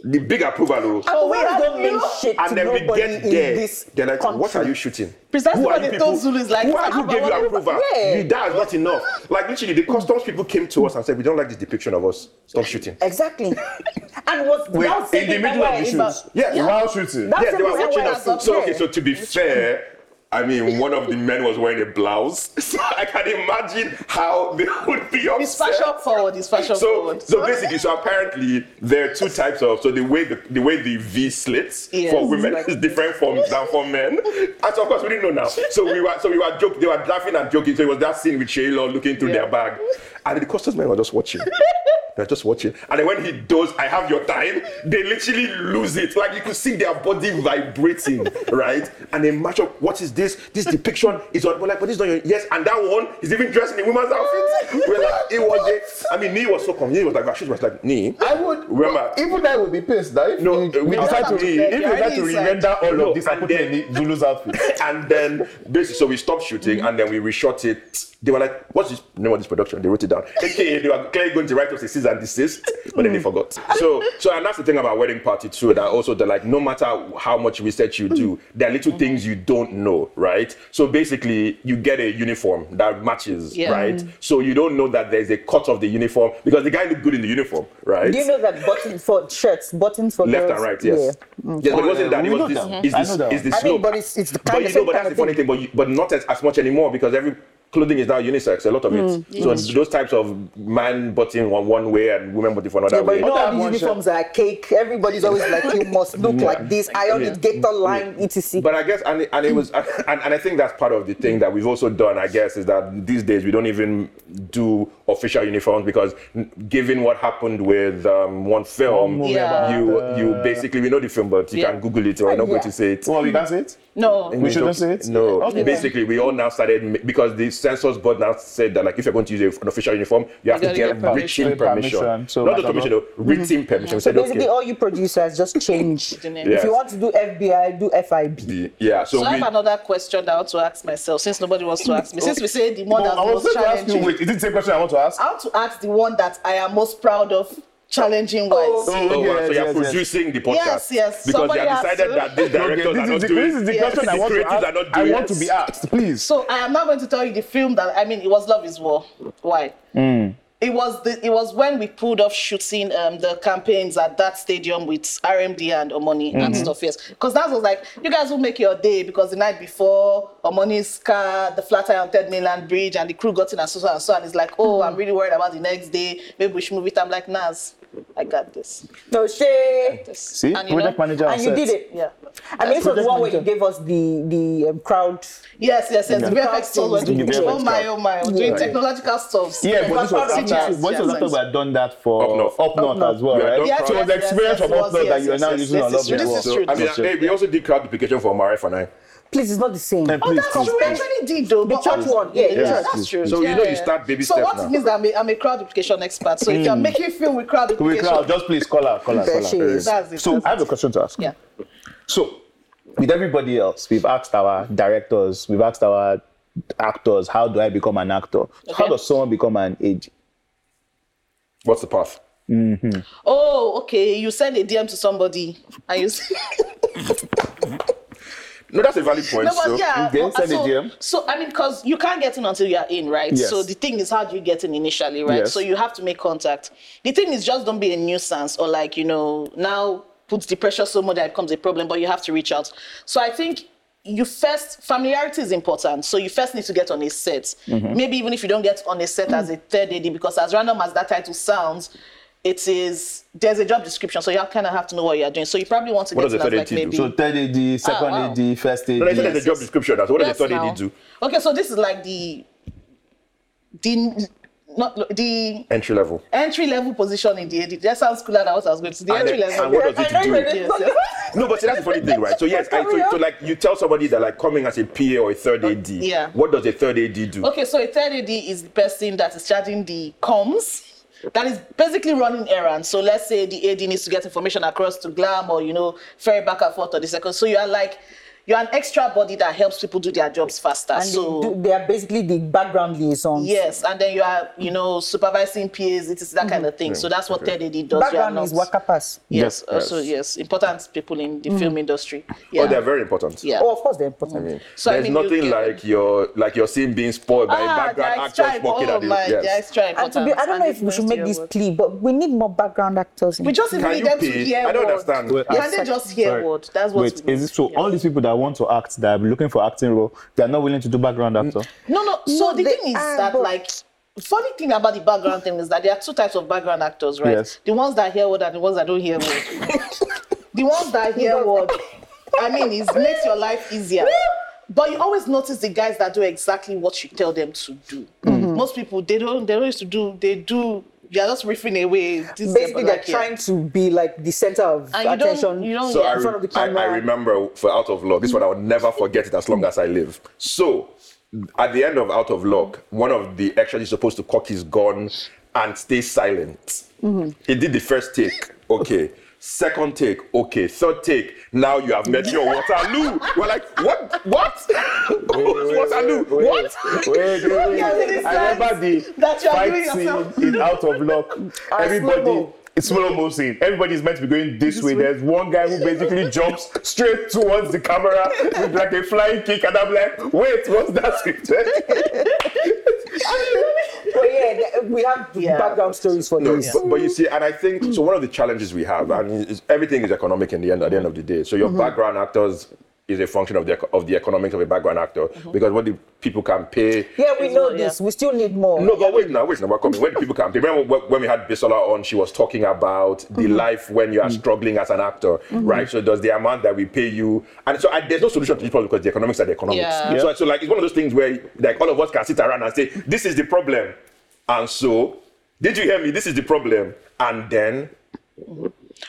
the big approval. oh.
Oh, we
where
don't
are you?
mean shit to
And then we
nobody
get
in
there.
this
They're like,
country.
what are you shooting?
Precisely
Who are
what
you
they
people-
told Zulu is like,
Who are
"Ah,
you
but
gave you
what-
approval?
yeah."
You, that is not enough. Like literally, the customs people came to us and said, we don't like this depiction of us. Stop shooting.
Exactly. *laughs* and what
Wait,
that
in the
same
middle of the
people were
shoots. Yes.
While shooting.
That's
yeah, they
the
were
reason
watching
why I
us.
got
So
there.
okay, so to be fair, I mean, one of the men was wearing a blouse, *laughs* so I can imagine how they would be upset.
It's fashion forward. It's fashion
So,
forward.
so basically, so apparently there are two types of so the way the, the way the V slits
Yes.
for women *laughs* is different from than for men. And so of course we didn't know now. So we were so we were joking, they were laughing and joking. So it was that scene with Shayla looking through their bag. And the customs men were just watching. They're just watching. And then when he does, I have your time, they literally lose it. Like you could see their body vibrating, right? And they match up, what is this? This depiction is on, we're like, but this is not your, yes. And that one is even dressed in a woman's outfit. We're like, it was, a, I mean, Nee was so confused. He was like, my shoes was like, Nee.
I would.
Remember-
even I would be pissed that if
No,
we,
we
we decide to,
have to-
if we
yeah,
decide to
it's like-
render all
No,
of this and
and
put it in Zulu's outfit.
*laughs* and then basically, so we stopped shooting and then we reshot it. They were like, what's this name of this production? They wrote it down. AKA, they were clearly going to write us a cease and desist, but
Hmm.
then they forgot. So, so and that's the thing about wedding party too, that also they're like, no matter how much research you do,
Hmm.
there are little things you don't know, right? So basically, you get a uniform that matches,
Yeah.
Hmm.
right? So you don't know that there's a cut of the uniform because the guy looked good in the uniform, right?
Do you know that buttons for shirts, buttons for
Left
girls,
and right, yes. Yes, but it wasn't that. It
We
was
know
this.
that.
Is
I
this?
know that
Is
one.
this?
Mm. I mean,
slope.
but it's- it's the
But
kind- the
you know,
same
but that's
kind
the
of
funny
thing.
thing. But you, but not as, as much anymore because every clothing is now unisex. A lot
Mm.
of it. So those types of man button one one way and women button for another
Yeah, but
way.
you know
Other
all these
one
uniforms are cake. Everybody's always like, you
*laughs*
must look like this. I on it, gator line, etc.
But I guess, and, it- and
Mm.
it was, *laughs* and, and I think that's part of the thing that we've also done, I guess, is that these days we don't even do official uniforms because n- given what happened with um, one film,
movie
Yeah. about
you you basically, we know the film, but you
Yeah.
can Google it or I'm not going
Yeah.
to say it.
Well, we can say it.
no.
We
shouldn't
don't-
say it?
No.
Okay.
Basically, we all now started ma- because the censors board now said that like if you're going to use an official uniform, you have
You
to
gotta
get,
get permission.
written permission.
Permission, so mm-hmm.
Not just
like
permission, though, written permission. We said
Basically,
okay.
all you producers just
*laughs*
change.
Yes.
If you want to do FBI, do FIB.
The- yeah. So,
So I
we.
have another question that I want to ask myself since nobody wants to ask me. Since we say the one
Well,
that's
I was
most
going to ask you,
challenging,
wait, is it the same question I want to ask?
I want to ask the one that I am most proud of challenging wise.
Oh, wow, so
yes, yes,
you're
yes.
producing the podcast.
Yes, yes,
Because
somebody
you have
has
decided
to.
that these directors
Okay,
are
this,
not
is the,
doing
this is the
Yes.
question I want to
creatives
ask.
are not
I
doing
want
it.
to be asked, please.
So I am not going to tell you the film that I mean it was Love Is War. Why?
Hmm.
It was the, it was when we pulled off shooting um, the campaigns at that stadium with RMD and Omoni and
Hmm.
stuff. Yes, because that was like you guys will make your day because the night before Omoni's car, the Flatiron Third Mainland Bridge, and the crew got in and so so and so. And it's like, oh, I'm really worried about the next day. Maybe we should move it. I'm like, Nas, I got this.
No shade.
This.
See,
And you
project
know-
manager
And you
upset.
did it.
Yeah.
I mean, this was the
Project
one where you
manager.
gave us the the um, crowd.
Yes, yes, yes. The VFX
Crowd
stores were doing.
things. The
Oh
VFX
my,
crowd.
oh my, we're doing technological stuff.
Yeah, but
but
this was
part of it
after,
is-
but this was
yes,
after we
yes.
had done that for
Up North.
Up North
North.
as well,
We had
right?
done
Yes,
so it
yes,
was the
yes,
experience
yes,
of
it
Up
was,
North that
yes,
you are now
yes,
using
yes,
on Love
yes, this is
Is War.
true.
I mean,
Yes,
hey,
yes.
we also did crowd application for Marif and I.
Please, it's not the same.
Then Eh, please,
Oh, that's
please,
true. We
please.
actually did though.
The
but
church
that's-
one, yeah,
yeah,
yeah.
that's true.
So you
Yeah,
know you
yeah.
start baby
So
step
what
now.
it means that I'm a, I'm a crowd application expert. So if you're making film with crowd
Could we
application,
crowd? Just please call her, call her,
There
call
she
her.
is.
that's it.
So
that's
I have
it.
a question to ask.
yeah.
So, with everybody else, we've asked our directors, we've asked our actors, how do I become an actor? How
Okay.
does someone become an agent?
What's the path?
Oh, okay. You send a DM to somebody and you. *laughs* s-
No, that's a valid point.
No,
so.
but yeah.
you
but- uh,
can send a
so,
DM.
so I mean, because you can't get in until you are in, right?
Yes.
So the thing is, how do you get in initially, right?
Yes.
So you have to make contact. The thing is, just don't be a nuisance or like you know now puts the pressure so much that it becomes a problem. But you have to reach out. So I think. You first familiarity is important, so you first need to get on a set.
Mm-hmm.
Maybe even if you don't get on a set as a third AD, because as random as that title sounds, it is there's a job description, so you kind of have to know what you are doing. So you probably want to
What does
get in
a
as
third
like
AD do?
maybe
So, third AD, second
Oh, wow.
AD, first AD.
No, I said there's a job description. That's what does
Yes,
the third
now.
AD do?
Okay, so this is like the the not the
Entry level.
entry level position in the AD. That sounds cooler than what I was going to. The
And
entry
then- and
level. *laughs*
what does it
I know
do?
it is.
Yes, yes.
No, but see, that's the funny thing, right? So
*laughs*
yes, I, so, so like you tell somebody that like coming as a PA or a third AD.
Yeah.
What does a third AD do?
Okay, so a third AD is the person that is charging the comms. That is basically running errands. So let's say the AD needs to get information across to Glam or you know ferry back and forth or the second. So you are like you're an extra body that helps people do their jobs faster.
And
so
they, do- they are basically the background liaisons.
Yes, and then you are, you know, supervising PAs, it is that kind of thing. So that's what Ted Eddy does. You are
Background
not-
is worker pass.
Yes,
Mm-hmm. Yes,
also
yes.
yes, important people in the
Mm.
film industry. Yeah.
Oh, they're very important.
yeah.
Oh, of course, they're important.
So, I
There's
mean, you
nothing
get-
like your like your scene being spoiled by
Ah,
background
they're
actors
extra-
working
oh
at the
my, they're
yes.
extra
And to be,
important,
I don't know
and
if we
it's
should
nice
make
to
this
hear
plea, but we need more background actors. In
We just
Can
need
you
them to
pay?
hear
I don't
word.
understand.
Can
Well,
they just hear
Sorry.
word? That's what.
Wait,
we
is it
need.
so?
Yeah.
All these people that want to act, that are looking for acting role, they are not willing to do background actor.
No, no. So
No,
the
they
thing is
are,
that,
but-
like, funny thing about the background thing is that there are two types of background actors, right?
Yes.
The ones that hear word and the ones that don't hear word.
*laughs*
the ones that hear word, I mean, it makes your life easier. But you always notice the guys that do exactly what you tell them to do. Most people they don't they don't used to do they do they are just riffing away. This
Basically, they're
like, yeah.
trying to be like the center of
And you don't-
attention.
you don't-
So
Yeah,
I,
in front of
re-
the
I, I
camera.
remember for Out of Luck, this one I will never forget it as long as I live. So at the end of Out of Luck, one of the extras is supposed to cock his gun and stay silent. He did the first take, okay. Second take, okay. Third take, now you have met your Waterloo. We're like, what? What? *laughs* Waterloo? What?
Wait, wait, wait.
Yeah, this
I
is
remember the
that you are doing
fight
yourself.
scene in Out of *laughs* Luck. Everybody,
slow-mo.
Ah, it's slow mo scene. Everybody is meant to be going this, way. There's one guy who *laughs* basically jumps straight towards the camera with like a flying kick, and I'm like, wait, what's that scripted?
But Oh, yeah, th- we have
Yeah.
background stories for
*laughs* No,
this.
but, but you see, and I think so. One of the challenges we have, and is, everything is economic in the end. At the end of the day, so
Mm-hmm.
your background actors is a function of the eco- of the economics of a background actor
Mm-hmm.
because what the people can pay.
Yeah, we
It's
know
not-
this.
yeah.
We still need more.
No, but wait now, wait now, we're coming. When the people can pay. Remember when- when we had Bisola on, she was talking about the life when you are struggling as an actor, right? So does the amount that we pay you, and so I, there's no solution to this problem because the economics are the economics.
Yeah.
So, so like it's one of those things where like all of us can sit around and say this is the problem, and so did you hear me? This is the problem, and then.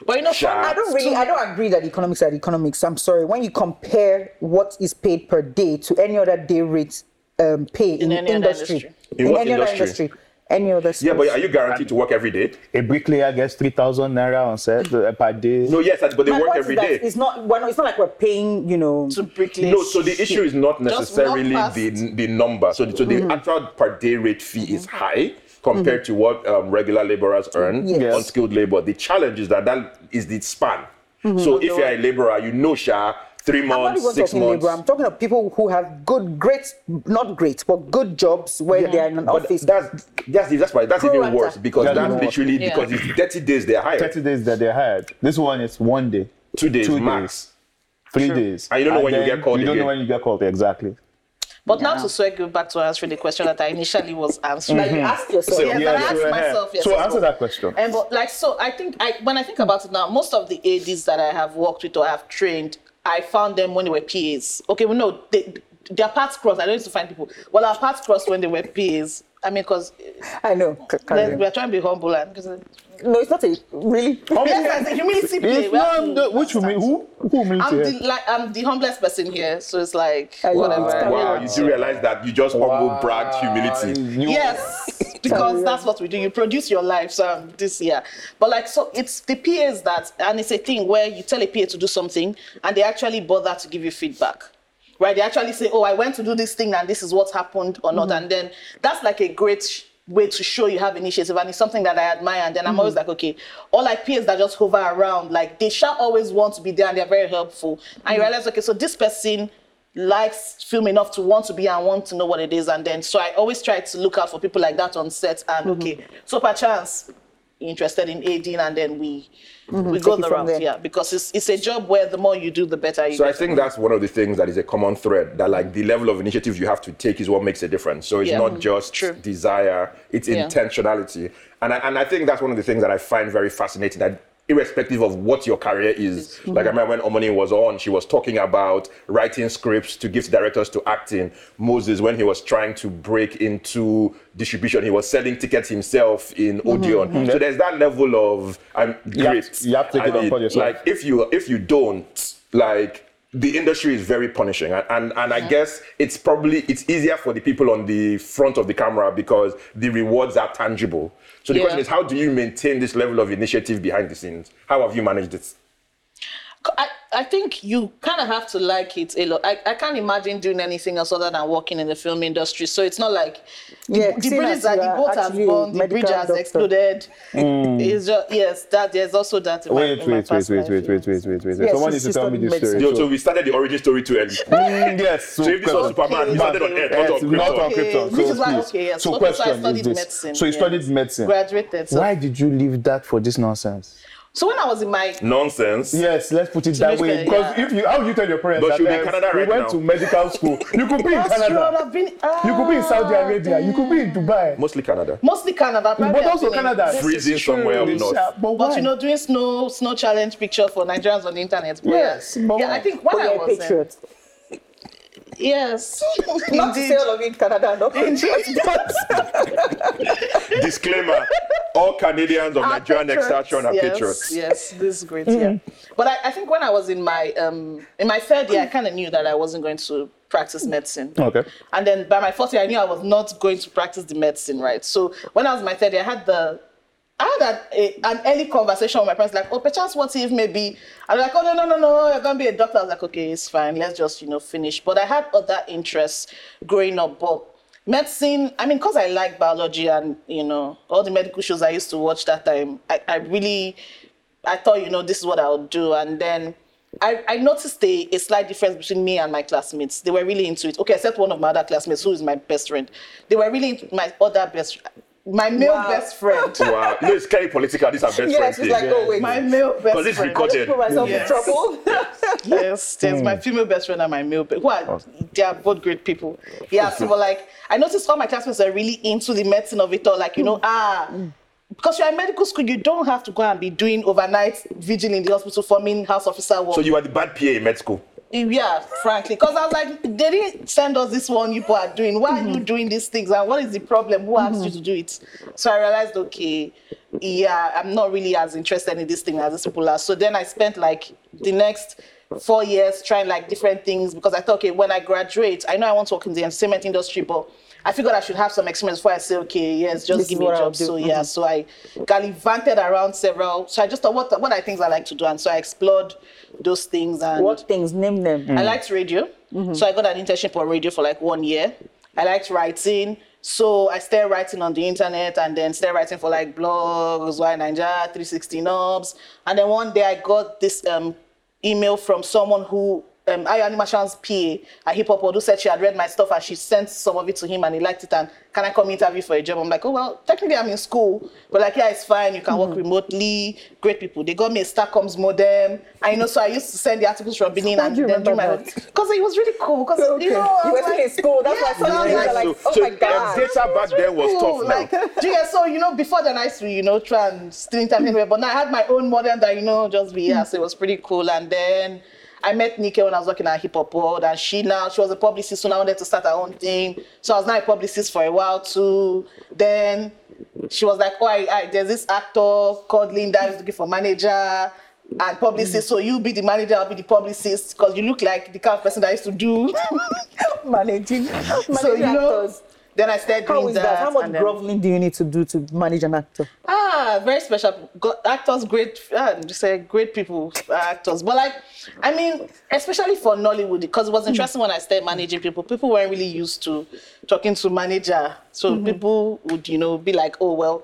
But you know,
Sure.
I don't really, I don't agree that economics are economics. I'm sorry. When you compare what is paid per day to any other day rate um, pay in,
any other
industry,
industry.
In what
any other
industry?
industry, any other
Yeah, but
sport.
are you guaranteed to work every day?
A bricklayer gets 3,000 naira on set uh, per day.
No, yes, but they
My
work
point is
every
that
day.
It's not, we're not. It's not like we're paying. You know,
to bricklay.
No, so the issue is not
Just walk
necessarily
past.
the the number. So the, so the actual per day rate fee is high compared to what um, regular laborers earn
Yes.
on skilled labor. The challenge is that that is the span. So if you're a laborer, you know, sha, three
I'm not
months,
even
six
talking
months.
labor. I'm talking of people who have good, great, not great, but good jobs where they are in an
But
office.
that's that's that's why that's
Pro
even
rata.
worse because
That's
that's
even worse.
literally
Yeah.
because it's 30 days they're hired,
30 days that they're hired. This one is one day,
two days
two
max.
three days.
And you don't know when you
then
get called
You don't know
again.
when you get called, exactly.
But now to circle back to answering the question that I initially was answering.
Like, you ask yourself.
So-
Yes,
Yeah,
and I
Mm-hmm. so,
asked
uh,
myself. Yes,
so
as
answer
well.
that question.
And but like so, I think I when I think about it now, most of the ADs that I have worked with or have trained, I found them when they were PAs. Okay, well no, they, their paths crossed. I don't used to find people. Well, our paths crossed when they were PAs. I mean, because
I know. C- carry on.
we are trying to be humble and 'cause-
No, it's not a really. *laughs*
yes, as a humility play.
If
we have
not,
to-
the- which will mean who? Who will mean
I'm
to
the,
help?
like, I'm the humblest person here, so it's like
I love
whatever.
it.
Wow, you do realize that you just humble brag humility.
You-
Yes, because that's what we do. You produce your life um, this year. But like, so it's the PAs that, and it's a thing where you tell a PA to do something and they actually bother to give you feedback. Right? They actually say, oh, I went to do this thing and this is what happened or not. And then that's like a great sh- way to show you have initiative and it's something that I admire. And then I'm always like, okay, or like peers that just hover around, like they shall always want to be there and they're very helpful. And you realize, okay, so this person likes film enough to want to be and want to know what it is. And then, so I always try to look out for people like that on set. And okay,
Mm-hmm.
so perchance interested in aiding, and then we we go
Mm-hmm. Take it
the
from
route,
there.
yeah, because it's it's a job where the more you do, the better you.
So I
get.
think that's one of the things that is a common thread that like the level of initiative you have to take is what makes a difference. So it's
Yeah. Mm-hmm.
not just
True.
desire, it's
Yeah.
intentionality. And I, and I think that's one of the things that I find very fascinating that irrespective of what your career is,
Mm-hmm.
like I remember when Omoni was on, she was talking about writing scripts to give directors to acting. Moses, when he was trying to break into distribution, he was selling tickets himself in
Mm-hmm.
Odeon. So there's that level of um,
have
grit.
to- you have to take
I
it upon
mean,
yourself.
Like if you if you don't like the industry is very punishing and and, and i guess it's probably it's easier for the people on the front of the camera because the rewards are tangible so the
Yeah.
question is how do you maintain this level of initiative behind the scenes how have you managed it
I, I think you kind of have to like it a lot. I, I can't imagine doing anything else other than working in the film industry. So it's not like
Yeah,
the,
seeing
the bridges
as
are
you
the
are
boat has
actually a
gone, the
medical
bridge has
doctor.
exploded. It's just yes, that there's also that. in
Mm.
my-
Wait,
in my
wait, wait,
past
wait,
life,
wait,
yeah.
wait, wait, wait, wait.
Yes,
Someone
she's
needs to tell me
studying
this story.
medicine.
Yo, so we started the origin story too early.
Mm, yes. So,
So if this was
question-
Superman, he started on Earth, not
Yes,
on
not on
Krypton.
Krypton.
Okay, which
so
is why-
please.
okay, yes.
So
Okay, so I
question
studied
is this.
medicine,
so you
yeah.
studied medicine.
Graduated. So,
Why did you leave that for this nonsense?
so when I was in my
Nonsense.
Yes, let's put it that
make
way.
sure,
Because
yeah.
if you, how you tell your parents
But
that
you'll be in
"Yes,
Canada
we
right
went
now."
to medical school, you could be in
That's true,
Canada,
I've been-
you could be in Saudi
ah,
Arabia, you could be in Dubai,
Mostly Canada.
Mostly Canada, probably
but
I've
also
been in-
Canada.
this is
Freezing
true.
somewhere up
Yeah,
north.
But
But
why?
you know, doing snow snow challenge picture for Nigerians on the internet. But
Yes, but
yeah,
why?
I think when
But
I
Oh, you're a
was there,
patriot.
*laughs*
yes,
Not to
indeed.
say all of it in Canada, no.
*laughs*
Disclaimer: All Canadians of
Our
Nigerian
patriots,
extraction are
yes,
patriots.
Yes, this is
Mm.
great. Yeah, but I, I think when I was in my um in my third year, I kind of knew that I wasn't going to practice medicine.
Okay.
And then by my fourth year, I knew I was not going to practice the medicine, right? So when I was in my third year, I had the I had an, a, an early conversation with my parents, like, oh, perchance, what if maybe? I'm like, oh, no, no, no, no, you're going to be a doctor. I was like, okay, it's fine, let's just, you know, finish. But I had other interests growing up, but medicine, I mean, because I like biology and, you know, all the medical shows I used to watch that time, I, I really, I thought, you know, this is what I'll do. And then I, I noticed a, a slight difference between me and my classmates. They were really into it. Okay, except one of my other classmates, who is my best friend. They were really into my other best, my male
Wow.
best friend.
Wow. You know, it's scary political. These are best friends.
yes, it's
thing.
like, oh wait,
My male best
Because it's
friend.
recorded.
put myself
Yes.
in trouble.
*laughs* Yes, there's my female best friend and my male best. What? They are both great people. Yeah, so but like I noticed all my classmates are really into the medicine of it all. Like you know, ah, because you're in medical school, you don't have to go and be doing overnight vigil in the hospital forming house officer work.
So you are the bad PA in med school.
Yeah, frankly, because I was like, they didn't send us this one you people are doing. Why are you
Mm-hmm.
doing these things? And what is the problem? Who asked you to do it? So I realized, okay, yeah, I'm not really as interested in this thing as these people are. So then I spent like the next four years trying like different things because I thought, okay, when I graduate, I know I want to work in the entertainment industry, but I figured I should have some experience before I say, okay, yes, just
This
give
is
me a
what I'll
job.
do. Mm-hmm.
So yeah, so I gallivanted around several. So I just thought, what, what are things I like to do? And so I explored those things and
what things? Name them.
I liked radio. So I got an internship on radio for like one year. I liked writing. So I started writing on the internet and then started writing for like blogs, Why Ninja, 360 Knobs. And then one day I got this um, email from someone who, um, Ayani Machan's PA at Hip Hop World, who said she had read my stuff and she sent some of it to him and he liked it. And can I come interview for a job? I'm like, oh, well, technically I'm in school, but like, yeah, it's fine. You can work remotely. Great people. They got me a Starcoms modem. I know, so I used to send the articles from Benin
Why
and
do you
then do my
remember
own. Because it was really cool. Because
tá Okay.
you know, I
You
was
were still in school, that's why
yes,
some
I was
people
like,
are like, oh my God.
data back then was
Oh,
tough. Now
*laughs*
like, do you, so you know, before then I used to, you know, try and steal internet anyway, but now I had my own modem that, you know, just be yeah, so it was pretty cool. And then I met Nike when I was working at Hip Hop World, and she now she was a publicist, so now I wanted to start her own thing. So I was now a publicist for a while too. Then she was like, Oh, I, I, there's this actor called Linda who's looking for manager and publicist. So you be the manager, I'll be the publicist, because you look like the kind of person that I used to do. *laughs*
managing, *laughs* managing
so you know,
actors.
then I started doing
How is that? How much
and then-
groveling do you need to do to manage an actor?
Ah, very special. Go- actors, great, ah, just say great people, uh, actors. But like, I mean, especially for Nollywood, because it was interesting when I started managing people. People weren't really used to talking to manager, so people would, you know, be like, oh well,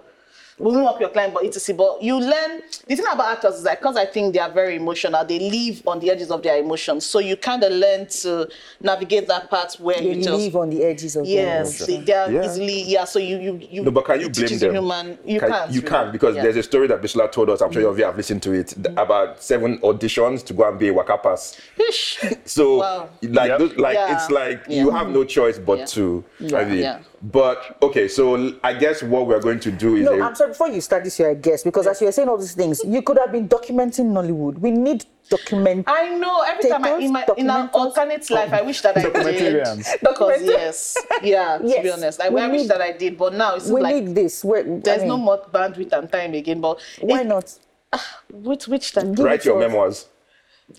we won't work your client, but etc. But you learn the thing about actors is like because I think they are very emotional. They live on the edges of their emotions, so you kind of learn to navigate that part where
They
you just
live on the edges of
Yes,
their
they they are
Yeah.
easily yeah. So you you you.
No, but can you
it
blame
teaches you
them?
Human, you
Can-
can't.
You
really.
can't because
Yeah. Mm-hmm.
there's a story that Bishla told us. I'm sure you have listened to it th- about seven auditions to go and be a wakapas.
Ish.
So
Wow.
like
Yep.
those- like
Yeah.
it's like you have no choice but
Yeah.
to. I mean,
Yeah.
but okay. So l- I guess what we're going to do is
No,
a-
I'm sorry. Before you start this year, I guess because as you were saying all these things, you could have been documenting Nollywood. We need document.
I know. Every time I in my
Potatoes,
in an
documentals.
alternate life, I wish that I did. *laughs*
Documentarians.
Because
Documentarians.
yes, yeah. To be
Yes.
honest, like,
We
I wish
need-
that I did, but now it's
we
like
need this. We're,
there's
I mean,
no more bandwidth and time again. But
Why
it-
not?
Which which time?
Give
write
it
your
to us.
memoirs.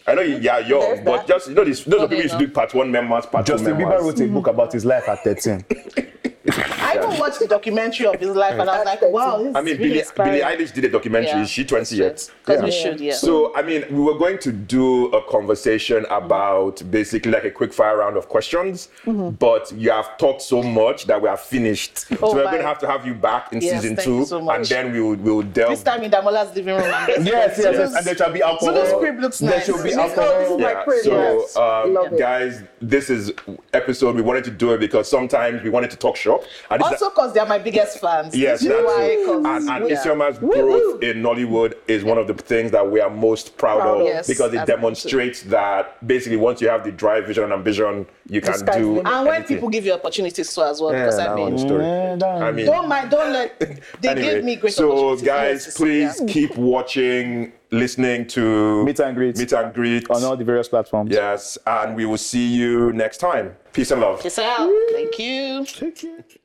I know, you, yeah, yours,
There's
but
that.
just you know, this, those are people used to
no.
do part one memoirs, part
Justin
two
Bieber
memoirs.
Mm. wrote a book about his life at 13.
I even watched the documentary of his life, and I was like, wow, this
I mean,
is really
Billie, Billie
inspiring.
Eilish did a documentary.
Yeah.
She 20 yet.
Because we should, yeah.
So, I mean, we were going to do a conversation about basically like a quick fire round of questions,
Mm-hmm.
but you have talked so much that we are finished.
Oh,
so, we're
my.
going to have to have you back in
Yes,
season
thank
two,
you so
and
much.
then we will, we will delve.
this time in Damola's living
*laughs*
room. and-
Yes, yes, yes. And there shall be alcohol.
Zulu's crib looks
there
nice.
shall be
Zulu's
alcohol.
crib-
yeah.
Like pretty
So,
much.
um,
Love it.
guys, this is episode we wanted to do it because sometimes we wanted to talk shop. And this is-
Also, because they are my biggest fans.
Yes,
That's
that's
why,
it.
'cause
And, and
we are-
Isiama's growth in Nollywood is one of the things that we are most proud,
Proud
of
of.
Yes,
because it
absolutely.
demonstrates that basically once you have the drive, vision, and ambition, you can
sky's the
do.
limit.
And when
anything.
people give you opportunities too, as well,
Yeah,
because I
that
mean,
one story.
Yeah, that-
I mean,
don't mind, don't let. They
anyway,
gave me great
So,
opportunities.
guys,
Yes,
please
yeah.
keep watching, listening to
Meet and greet.
meet and greet.
On all the various platforms.
Yes, and we will see you next time. Peace and love.
Peace out. Thank you.
Take it.